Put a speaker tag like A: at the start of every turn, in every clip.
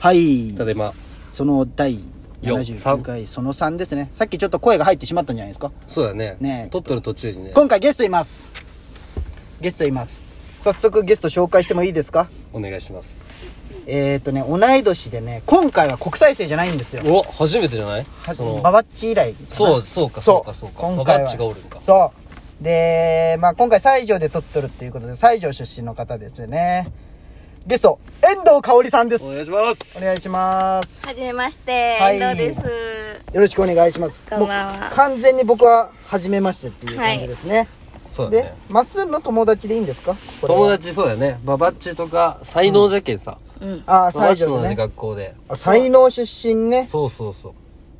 A: はい
B: ただいま
A: その第
B: よ
A: 79回その3ですねさっきちょっと声が入ってしまったんじゃないですか
B: そうだね
A: ねえ
B: 撮ってる途中にね
A: 今回ゲストいますゲストいます早速ゲスト紹介してもいいですか
B: お願いします
A: えっ、ー、とね同い年でね今回は国際生じゃないんですよ
B: お初めてじゃないそ
A: バ
B: の
A: バッチ以来かな
B: そうそうかそうかそうか
A: 今
B: バ
A: 回
B: バ
A: は
B: ッチがおるんか
A: そうでまあ今回西条で撮っとるっていうことで西条出身の方ですねゲスト遠藤香織さんです
B: お
A: お
B: 願いします
A: 願いします
C: はじめまして、
A: はい
C: 遠藤です。
A: よろしくお願いします
C: こんばんは
A: もう完全に僕は初めましてっていう感じですね、
B: そうだ
A: で
B: ね
A: まっすんの友達でいいんですかこれは
B: 友達そうだよねババッチとか才能じゃけんさ
A: ああ
B: ババ
A: 西
B: ッチと
A: 条
B: 同じ
A: でね
B: 学校で
A: あ才能出身ね
B: そうそうそう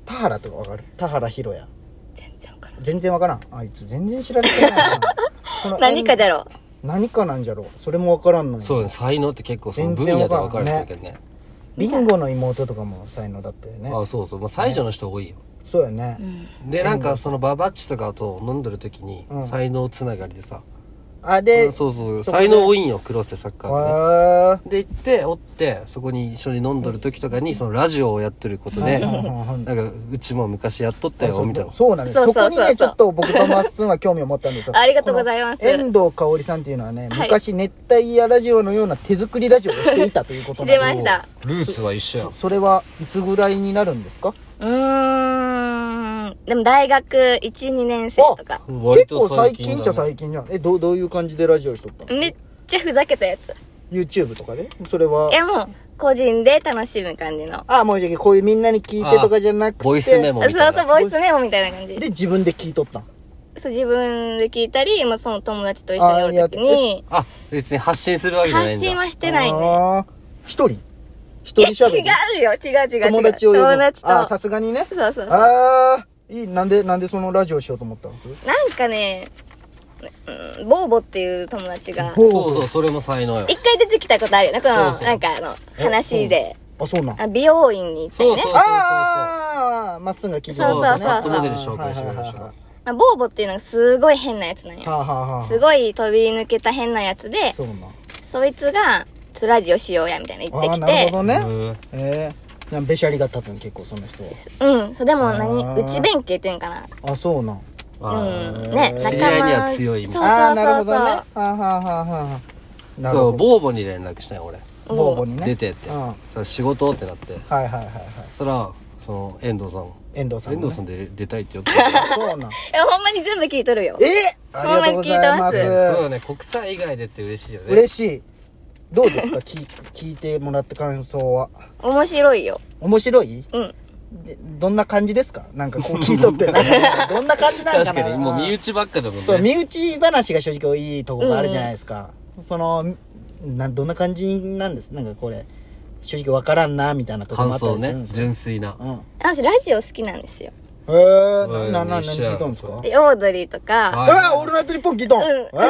A: 田原とかわかる田原ひろや
C: 全然わから
A: 全然わからんあいつ全然知られてないな この
C: ん何かだろ
A: 何かなんじゃろうそれもわからんのよ
B: そうだね才能って結構その分
A: 全
B: 野
A: 然
B: で
A: わからん
B: 分かれてるけどね
A: ビンゴの妹とかも才能だったよね
B: あそうそうまあ才女の人多いよ
A: そうよね、
B: でなんかそのババッチとかと飲んでる時に才能つながりでさ
A: あで
B: そうそう才能多いんよ黒瀬サッカー部ね
A: わー
B: で行っておってそこに一緒に飲んどる時とかにそのラジオをやってることでなんかうちも昔やっとったよみたいな
A: そうなんです
C: そ
A: そ
C: うそうそう
A: こ
C: そう
A: にねちょっと僕とまっすんは興味を持ったんですよ
C: ありがとうございます
A: この遠藤香織さんっていうのはね
C: はい
A: 昔熱帯夜ラジオのような手作りラジオをしていたということな
C: 知
A: ん
C: れ
A: で
C: ました。
B: ルーツは一緒やん
A: それはいつぐらいになるんですか
C: うーん。でも大学1、2年生とか。
B: 割
A: 結構
B: と
A: 最
B: 最
A: 近
B: 近
A: じゃ
B: だ
A: 最近じゃんえどうどういう感じでラジオしとったの
C: めっちゃふざけたやつ。
A: YouTube とかでそれはい
C: やもう、個人で楽しむ感じの。
A: ああもうじゃあこういうみんなに聞いてとかじゃなくて
B: ボイスメモ
C: そう
B: みたい
C: そう、
B: な
C: ボイスメモみたいな感じ
A: で。自分で聞いとったん
C: そう、自分で聞いたり、まあその友達と一緒におるときに、
B: あ別に発信するわけじゃない
C: 発
B: ん
C: 信
B: だ
C: はしてないね。
A: あー一人
C: い
A: 一
C: や、
A: 人しゃべり
C: 違うよ、違う違う違う。
A: 友達を呼ぶ
C: 友達と。
A: あーさすがにね
C: そうそう。な
A: ああいいなんでなんでそのラジオしようと思ったんです
C: んかね、うんボーボっていう友達が、
B: そうそうそれも才能よ
C: 一回出てきたことあるよね、この、
B: そうそう
C: なんかあの、話で。
A: あそうなん
C: あ美容院に行って
B: そうそう
C: ね
B: そうそう
A: ああまっすぐが聞いて
C: そうそうそう
A: あー
C: トップモ
B: デル紹介してくれるでしょ
A: はい
C: あボーボっていうのがすごい変なやつなんよ
A: はいはいはい
C: すごい飛び抜けた変なやつで
A: そうなん
C: そいつがつラジオしようやみたいな
A: あ
C: 言っ
A: あ
C: てき
A: なるほ
C: て
A: どね
B: うん
A: ええなんべしゃりが立つの結構その人は
C: うんそうでも
A: あ
C: 何
A: ー
C: 内弁慶っていうんかな
A: あそうなん
B: あ
C: う
B: ー
C: んね
B: 知り合いには強いみたい
A: ああーなるほ
C: そうそうそうそう
A: どねはあはあはあはあなる
B: そ
A: ほ
B: う
A: ど
B: ボーボに連絡したよ俺
A: ボーボにね
B: 出てって
A: うんはい
B: さ仕事ってなって
A: はいはいはい
B: そらその遠藤さん
A: 遠藤さん
B: 遠
A: も
B: 藤
A: ね
B: さんで出たいって言って
A: そうなん
C: いやほんまに全部聞いとるよ
A: えありがとうございま
C: ほんまに聞いてます
A: す
B: そうだね国際以外でって嬉しいよね
A: 嬉しいどうですか聞い聞いてもらった感想は
C: 面白いよ
A: 面白い
C: うん
A: でどんな感じですかなんかこう聞いとってなん かどんな感じなんかな
B: 確かにもう身内ばっかだもんね
A: そう身内話が正直いいとこがあるじゃないですか、そのなどんな感じなんですなんかこれ正直わからんなみたいなとこもあ
B: 感
A: った
B: 想
A: りするん
B: ね
A: ですよ、
B: 純粋な
A: うん、へ
C: 私ラジオ好きなんですよ
A: えー、
B: ん
A: なな何
B: 一緒
A: 聞いたんですかう
C: でオードリーとか
B: は
A: わ
B: い
A: ーオールナイトニッポン聞いたん、
C: うん
A: え
B: は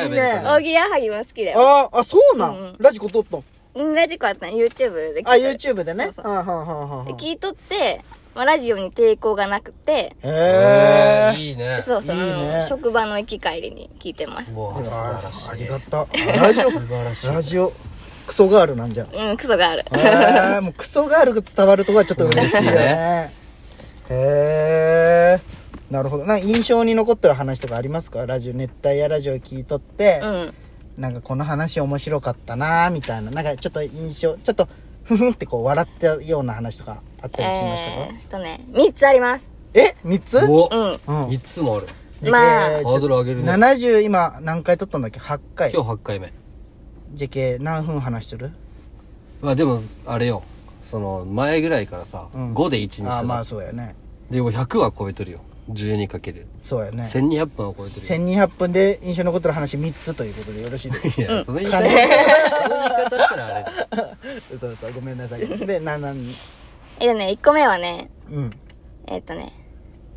A: ー、
B: い
A: いい
B: ありがとうござい
A: ね
B: ます
C: おぎやはぎも好きだよ
A: あーあそうなん、ラジコ撮ったん
C: うんラジコあったの YouTube で聞いと
A: あ
C: る
A: YouTube でね
C: そう
A: あはんはんはんはん
C: で聞いとって、まあ、ラジオに抵抗がなくて
A: へえ
B: いいね
C: そうそう、
A: いいね
C: うん職場の行き帰りに聞いてます
B: もう素晴らしい
A: ありがたラジオ
B: 素晴らしい
A: ラジオクソガールなんじゃ
C: うんクソがある
A: へえもうクソガールが伝わるとこはちょっと嬉しいよ
B: 嬉しい
A: ね。へえ。なるほど。なんか印象に残ってる話とかありますかラジオ、熱帯夜ラジオ聞いとって
C: う、ん
A: なんかこの話面白かったなーみたいな、なんかちょっと印象、ちょっと、ふふんってこう笑ったような話とかあったりしました
C: え
A: か
C: ー、っとね3つあります
A: え三 ?3 つ
B: お
C: うん
A: うん
B: 3つもある
A: じゃ
C: まあ
A: えー
B: ハードル上げるね
A: 70今何回撮ったんだっけ ?8 回。
B: 今日8回目
A: じゃけ何分話してる
B: まあでもあれよその前ぐらいからさ
A: ん
B: 5で1にし
A: あー
B: た
A: まあ
B: ら
A: そうやね。
B: でも100は超えとるよ 12×1200
A: そうやね。
B: 分は超えとるよ
A: 1200分で印象に残ってる話3つということでよろしいです か
B: いやその言い方その言い方したらあれじゃん
A: そうそうごめんなさいでななん
C: えっとね1個目はね
A: うん
C: えっとね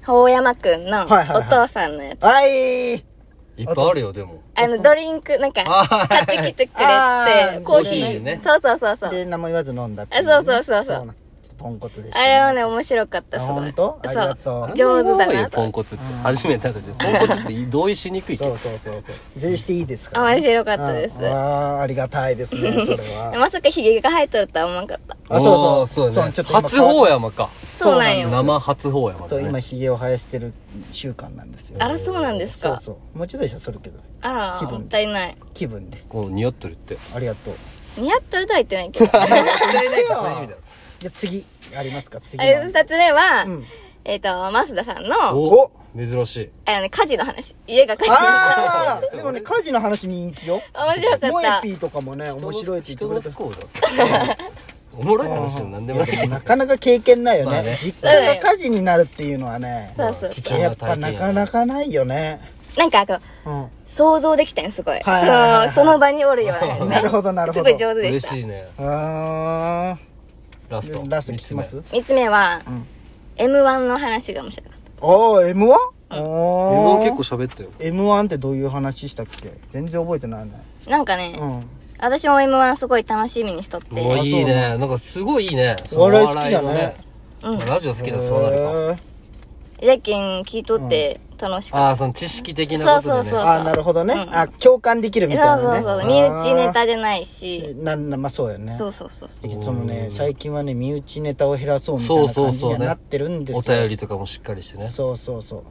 C: 法山くんのお
A: はいはいはい
C: 父さんのやつ、
A: はい
B: いっぱいあるよでも
C: あのドリンクなん
B: あ
C: か買ってきてく
A: あー
C: れてコーヒ
B: コーヒー
C: ー
B: ね
C: そうそうそうそう
A: で何も言わず飲んだってい
C: あそうそうそうそう
A: なんちょっとポンコツでした
C: あれはね、面白かった、
A: あ
C: すごい。
A: 本当ありが
C: そう。
A: とう
C: 上手だなと
B: ポンコツって。初めてだけど、ポンコツって同意しにくいけ
A: そ
B: ど
A: う。そうそうそう全然していいですから、
C: 面白かったです。
A: ああありがたいです ねそれは
C: まさかヒゲが生えとるとは思わんかった。
A: あそうそう
B: おーそうね
A: ちょっと今
B: 初法山か。
C: そうなんよ。
B: 生初法山
A: そ
B: だ
A: う今
B: ね。
A: ひげを生やしてる習慣なんですよ
C: あら、そうなんです
A: そう
C: か。
A: そうもうちょっとでしょそれけど
C: あら、
A: 気分
C: もったいない。
A: 気分で
B: こう似合ってるって。
A: ありがとう
C: 似合っとるとは言ってないけど。
B: 似合ないかそういう意味だろ
A: じゃあ次ありますか次
C: あれ、
A: の
C: 二つ目は、
A: うん
C: えっ、と、マスダさんの、あ
B: お珍しい。
C: のね、家事の話。家が家事の話。
A: ああで もね家事の話人気よ
C: 面白か
A: モ
C: っ
A: エ
C: た。
A: ピーとかもね面白いって言って
B: 人
A: く
B: の
A: れ
B: 不
A: た
B: 幸じゃん。おもろい話でも何でもない
A: いや
B: け
A: でもなかなか経験ないよ
B: ま
A: ね,、
B: あね
A: 実家が家事になるっていうのはね
C: そうそう
B: ど。貴重
A: や
B: な
A: っぱ
B: 体験
A: な
B: や
A: かなかないよね、
C: なんか、こう、
A: うん、
C: 想像できたんよすご
A: は
C: い。
A: いはいはいはい
C: そのその場におるよ うなね。
A: なるほどなる
C: す
A: ほ
C: ご
A: ど
C: い上手で
B: 嬉
C: した。
B: しいね。
A: あ
B: ラスト。
A: ーラスト聞きます
B: 三
C: 三つ目は、
A: ん
C: M1 の話が面白かっ
A: おー M1?
B: つ目。も
A: お
B: う
A: ー
B: 結構喋ったよ。
A: M1 ってどういう話したっけ全然覚えてないね
C: た。なんかね、
A: うん
C: 私も M1 すごい楽しみにしとって。
B: もういいね。なんかすごいいいね。
A: お笑い好きだね
B: そのお笑いのねまあラジオ好きだとそうなるか。
A: へー
C: 最近聞いとって楽しかっ
B: ああ、その知識的なことでね。
C: そうそう
A: ああなるほどね、あ共感できるみたい
C: た。
A: な
C: そう
A: ね
C: そうそう。身内ネタじゃないし。
A: タなんなまあそうよね
C: そうそうそうそう。
A: そのね最近はね身内ネタを減らそうみたい
B: そう
A: な
B: そ
A: 感
B: う
A: じ
B: そう
A: に
B: ね。
A: なってるんですよ
B: お便りとかもしっかりしてね。
A: そうそうそう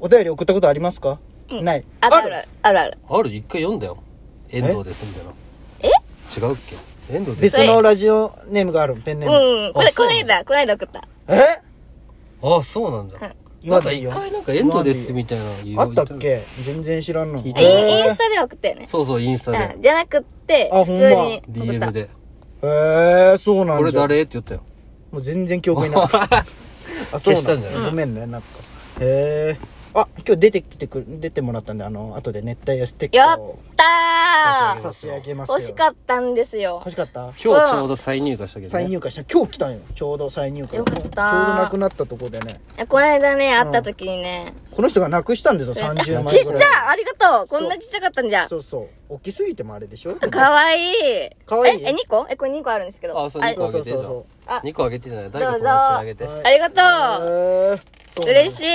A: お便り送ったことありますか、ない
C: あるある。あるある。
B: ある一回読んだよ。遠藤ですみたいな。
C: え
B: 違うっけ遠藤です。
A: 別のラジオネームがあるペンネーム、
C: うん。これ、
B: あそ
C: こ
B: う
C: の間、この間送った。
A: え
B: ああ、そうなんだ。
A: 言
B: な
A: わ
B: んか
A: でいい
B: 一
A: よ
B: 回なんか遠藤ですみたいな言う
A: あったっけ全然知らんの
B: 聞い
C: インイン
A: え
C: スタで送ったよね。
B: そうそう、インスタ
C: う
B: で
C: ん。じゃなくって、
A: あほ
C: 普通
A: んま
C: に送った
B: DM。で。
A: ー、えー、そうなん
B: これ
A: じゃ
B: 誰って言ったよ。
A: もう全然記 憶にないあそう
B: 消したんじゃない
A: ごめんねなんかへえー、あ今日出てきてく出てもらったんであの後で熱帯夜ステッ
C: や
A: カー
C: っ
A: を
C: た
A: 差し上げます
C: ー
A: よ
C: 惜しかったんですよ
A: 欲。しかった
B: 今日ちょうど再入荷したけど
A: 再
B: ね。
A: 入荷した今日来たんよちょうど再入荷
C: よかった
A: ちょうどなくなったとこでね
C: いやこの間ね、会った時にね、
A: この人がなくしたんですよ
C: あ
A: 30
C: ち
A: 枚
C: っ
A: ぐ
C: ち
A: らい
C: ゃありがとうこんなちっちゃかったんじゃ
A: そ。うそう大きすぎてもあれでしょ
C: かわいい。
A: かわいい
C: え、え、2個え、これ2個あるんですけど。
B: あそう二個
A: そうそうそうそ
C: あ
B: 2個あげてじゃない誰か
C: どうぞ
B: 友達にあげて
A: う。
C: ありがと。
A: へーそううなんで
C: 嬉
A: す
C: しい。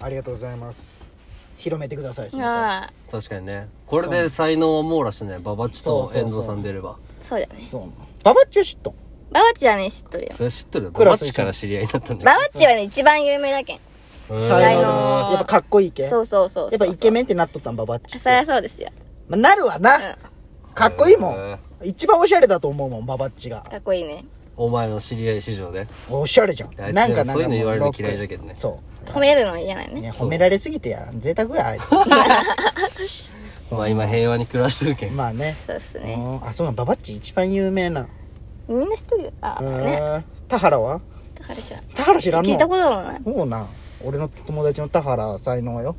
A: ありがとうございます広めてくださいその回
C: ああ、
B: 確かにね。これで才能を網羅してね。ババチと遠藤さん出れば。
C: そうだね。
A: そうなのババッチョ知っとん
C: ババッチはね、知っとるよ。
B: それ知ってるよ
A: ク
B: バ
A: ラ
B: バ
A: ス一緒
B: チから知り合いだったんだ
C: バ
B: よ。
C: バッチはね、一番有名だけん。
B: へー
A: 才能で
C: 才能
A: もやっぱかっこいいけ
C: そうそうそう。
A: やっぱイケメンってなっとったんババッチっ
C: そりゃ
A: て、
C: そうですよ。
A: まあ、なるわな、かっこいいも
B: へ
A: ん
B: ー
A: 一番おしゃれだと思うもんババッチが
C: かっこいいね。
B: お前の知り合い市場で。
A: おしゃれじゃん
B: いや
A: なんかなんか
B: そういうの言われる
A: も
B: の嫌いだけどね
A: そ
C: 褒めるの嫌だよ
A: うい
C: ね。
A: や褒められすぎてや贅沢やあい つ
B: まあ今平和に暮らしてるけん。
A: まあね
C: そうっす
A: う
C: ね。
A: んあそうなんババッチ一番有名な
C: みんな知っとるよ。あ、
A: へ
C: ね。
A: ー田原は
C: だからじゃ
A: 田原知らんの
C: 聞いたこともない。
A: そうなん俺の友達の田原才能よ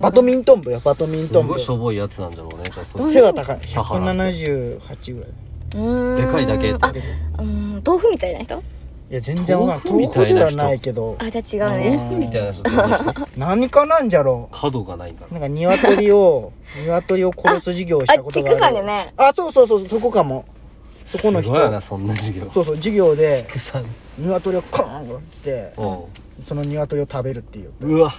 A: バドミントン部よバドミン
B: す
A: トン部
B: ごいしょぼいやつなんだろうね。じゃあそう
A: 背が高い
B: 田原
A: 178ぐらいう
C: ーん
B: でかいだけ
C: あ、うーん、豆腐みたいな人
A: いや全然わかんない
B: 豆腐みたいな
A: 豆腐
B: 人
A: ではないけど
C: あ、じゃあ違うね。
B: みたいな人どういう人
A: 何かなんじゃろ
B: 角がないから
A: う。なんか鶏を 鶏を殺す授業をしたことがある
C: ああ畜産でね
A: あそうそうそうそこかもそこの
B: す
A: 人
B: ごいよな、そんな授業。
A: そうそう授業で
B: 畜産。
A: 鶏をコーン殺して
B: うん
A: その鶏を食べるっていう
B: うわ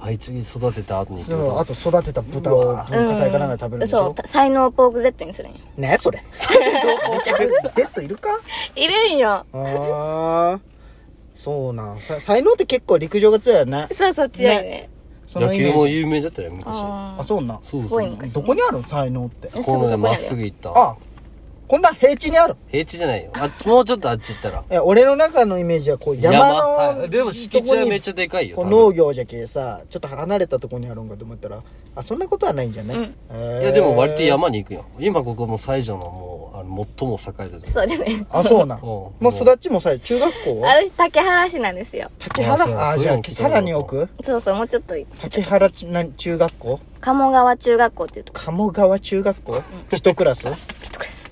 B: あいつに育てた後にって
A: そ
B: こ
A: う
B: と
A: あと育てた豚を文化祭かなんかで食べるんでし
C: そ
A: ょ
C: う、才能ポーク Z にするんよ。
A: ねそれ めちゃくちゃ Z いるか
C: いるんよ。
A: ああそうなんさ才能って結構陸上が強いよね
C: そうそう、強いね。
A: その
B: 野
A: イメ
B: 球
A: ー
B: も
A: ジ
B: 有名だったよ、昔。
C: あ
A: あそうなん
B: そうそ。
C: すごいう昔。
A: どこにあるの才能って
B: このま
C: すぐそこにあるよ
B: まっすぐ行ったわ。
A: あこんな平地にある
B: 平地じゃないよ。あ、もうちょっとあっち行ったら。
A: いや俺の中のイメージはこう山の
B: はいでも敷地はめっちゃ
A: ゃ
B: でかいよ。
A: こう
B: 多分
A: 農業じゃけさちょっと離れたとこにあるんかと思ったらあそんなことはないんじゃない、
C: うん
A: えー
B: いやでも割と山に行くよ。今ここも西条のもう、あの、最も栄えてる。
C: そうじゃね。
A: あそうなん
B: ん
A: もう育ちもさ中学校は
C: 私、竹原市なんですよ。
A: 竹
B: あそう
A: 原あじゃ
B: そういうの聞い
A: あさ
B: たことあ
A: ら
B: る
A: に奥
C: そうそう、もうちょっと行っ
A: 竹原ちな中学校
C: 鴨川中学校っていうとこ。
A: 鴨川中学校一クラス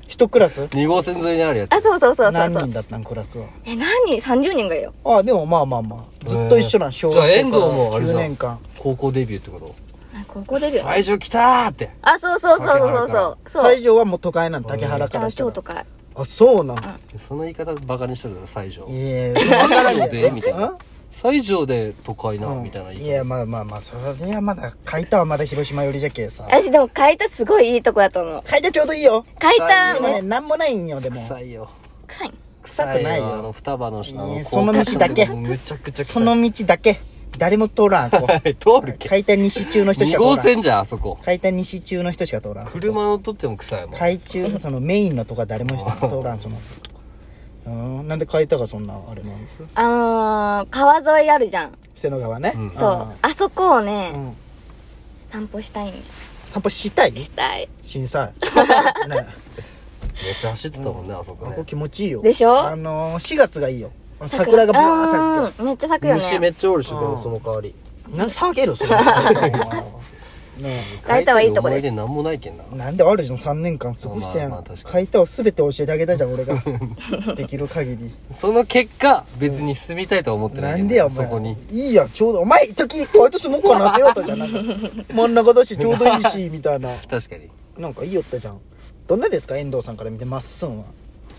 A: 一クラス
B: 二号線沿いにあるやつ。
C: あ、そうそうそうそう
A: 何
C: そう
A: 人。だったんクラスは
C: え、何人 ?30 人ぐらいよ。
A: あでもまあまあまあずっと一緒なん
B: へー
A: 小学
B: じゃあ遠
A: 校
B: 藤もあれじ
A: 9
B: ゃん
A: 年間
B: 高校デビューってこと
C: あここ出るよ。
B: 西条来たーって。
C: あ、そうそうそうそうそう。そう。
A: 西条はもう都会なの竹原から
C: あ、
A: した
C: 超
A: ら
C: とか。
A: あそうなの
B: その言い方バカにしてるだろ西条
A: いやわからん
B: 西条で
A: よ
B: みたいな西条で都会な、
A: うん
B: みたいな言い
A: い
B: 方
A: やまあまあまあそれはまだ海田はまだ広島寄りじゃけえさ
C: 私でも海田すごいいいとこだと思う
A: 海田ちょうどいいよ
C: 海
B: 臭
C: 田
A: でもね
C: ね
A: なんもないんよでも
B: 臭いよ
C: 臭い
A: 臭くないよ
B: あの双葉の下
A: い
B: の
A: やその道だけ
B: むちゃくちゃ臭い
A: その道だけ誰も通らんこう
B: 通るけ
A: 海田西中の人し
B: 2
A: か通
B: 号
A: らん
B: 線じゃんあそこ
A: 海田西中の人しか通らん
B: 車のとっても臭いもん
A: 海中のそのメインのとか誰も通らんそのうんなんで海田がそんなあれなんです
C: あのー、川沿いあるじゃん
A: 瀬野川ね、
B: うん
C: そうあそこを
A: う
C: ね
A: ん
C: 散歩したいん
A: 散歩したい
C: したい
A: 震 災ね
B: めっちゃ走ってたもんねあそこ
A: ここ
B: ね
A: 気持ちいいよ
C: でしょ
A: あのー、4月がいいよ桜がブワー咲
C: うんめっちゃ咲くよ
B: 虫め
C: ね
B: っちゃおるしでもその代わり
A: くなんで騒げるそれ ねえ
C: 海田はいいとこです
B: 海田の思い出なんもないけんな
A: なんであるじゃん3年間過ごしてやん、
B: まあまあ確かに
A: 書いたを全て教えてあげたじゃん俺が できる限り
B: その結果別に住みたいとは思ってない
A: な
B: けど
A: んでやお前
B: そこに
A: いいやんちょうどお前一時ホワイトスモーカーなってよったじゃんなんか 真ん中だしちょうどいいしみたいな
B: 確かに
A: なんかいいよったじゃんどんなですか遠藤さんから見てまっすんは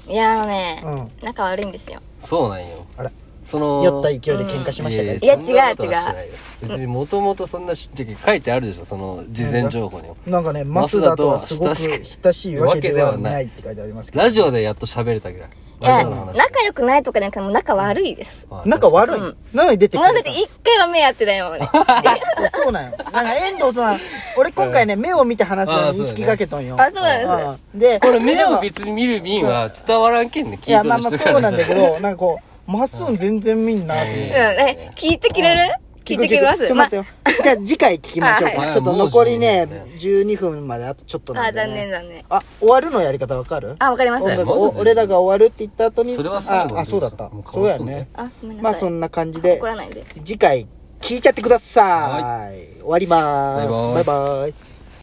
A: い
C: やあのね、
A: う
C: 仲悪いんですよ
B: そうなんよ
A: あら
B: その
A: 酔った勢いで喧嘩しました
B: い
A: けど、
B: や
C: いや
B: そんなことは
C: 違う
B: してないよ別にもともとそんなしって書いてあるでしょその事前情報に
A: なんかね増田とはすごく
B: 増田と
A: 親
B: は
A: しいわけではないって書いてありますけど
B: ラジオでやっと喋れたぐらい
C: い
B: ラ
C: や
B: ジオの話
C: 仲良くないとかじゃなくてもう仲悪いです、
B: まあ
A: 仲悪い、なのに出てく
C: も
A: る
C: うだって一回は目やってないもん ね
A: いやそうなんよなんか遠藤さん俺今回ね目を見て話すように意識かけとんよ
C: あそうなんで
A: うんで
B: これ目を
A: なんか
B: 別に見る便は伝わらんけんね
A: い
B: 聞い
A: や
B: て
A: まあ
B: る
A: まあ
B: 人
A: そ
B: か
A: うな
B: ら
A: んだけ
B: したら
A: どなんかこうまっすぐ全然見んなと思っ
C: す
A: て
C: うんえ聞いてくれる聞いてきます
A: ちょっと
C: ま
A: 待ってよじゃあ次回聞きましょう
B: はいは
A: か
B: い
A: ちょっと残り
B: は
A: ね
B: いもう
A: 12分まであとちょっとな
C: あ
A: んでね
C: 残念残念
A: あ終わるのやり方わかる
C: あわかります
A: 音楽
B: え
A: お
B: マジで
A: 俺らが終わるって言った後に
B: それは最
A: あ
B: 後
A: あそうだった
B: もう変
A: そう
B: わっ
A: や
B: とんね
A: ね
C: あごめんな
A: ま
C: さい
A: あそんな感じで
C: 怒らないで
A: 次回聞いちゃってください終わりま
B: バイバ
A: ー
B: イ
A: すバイバイ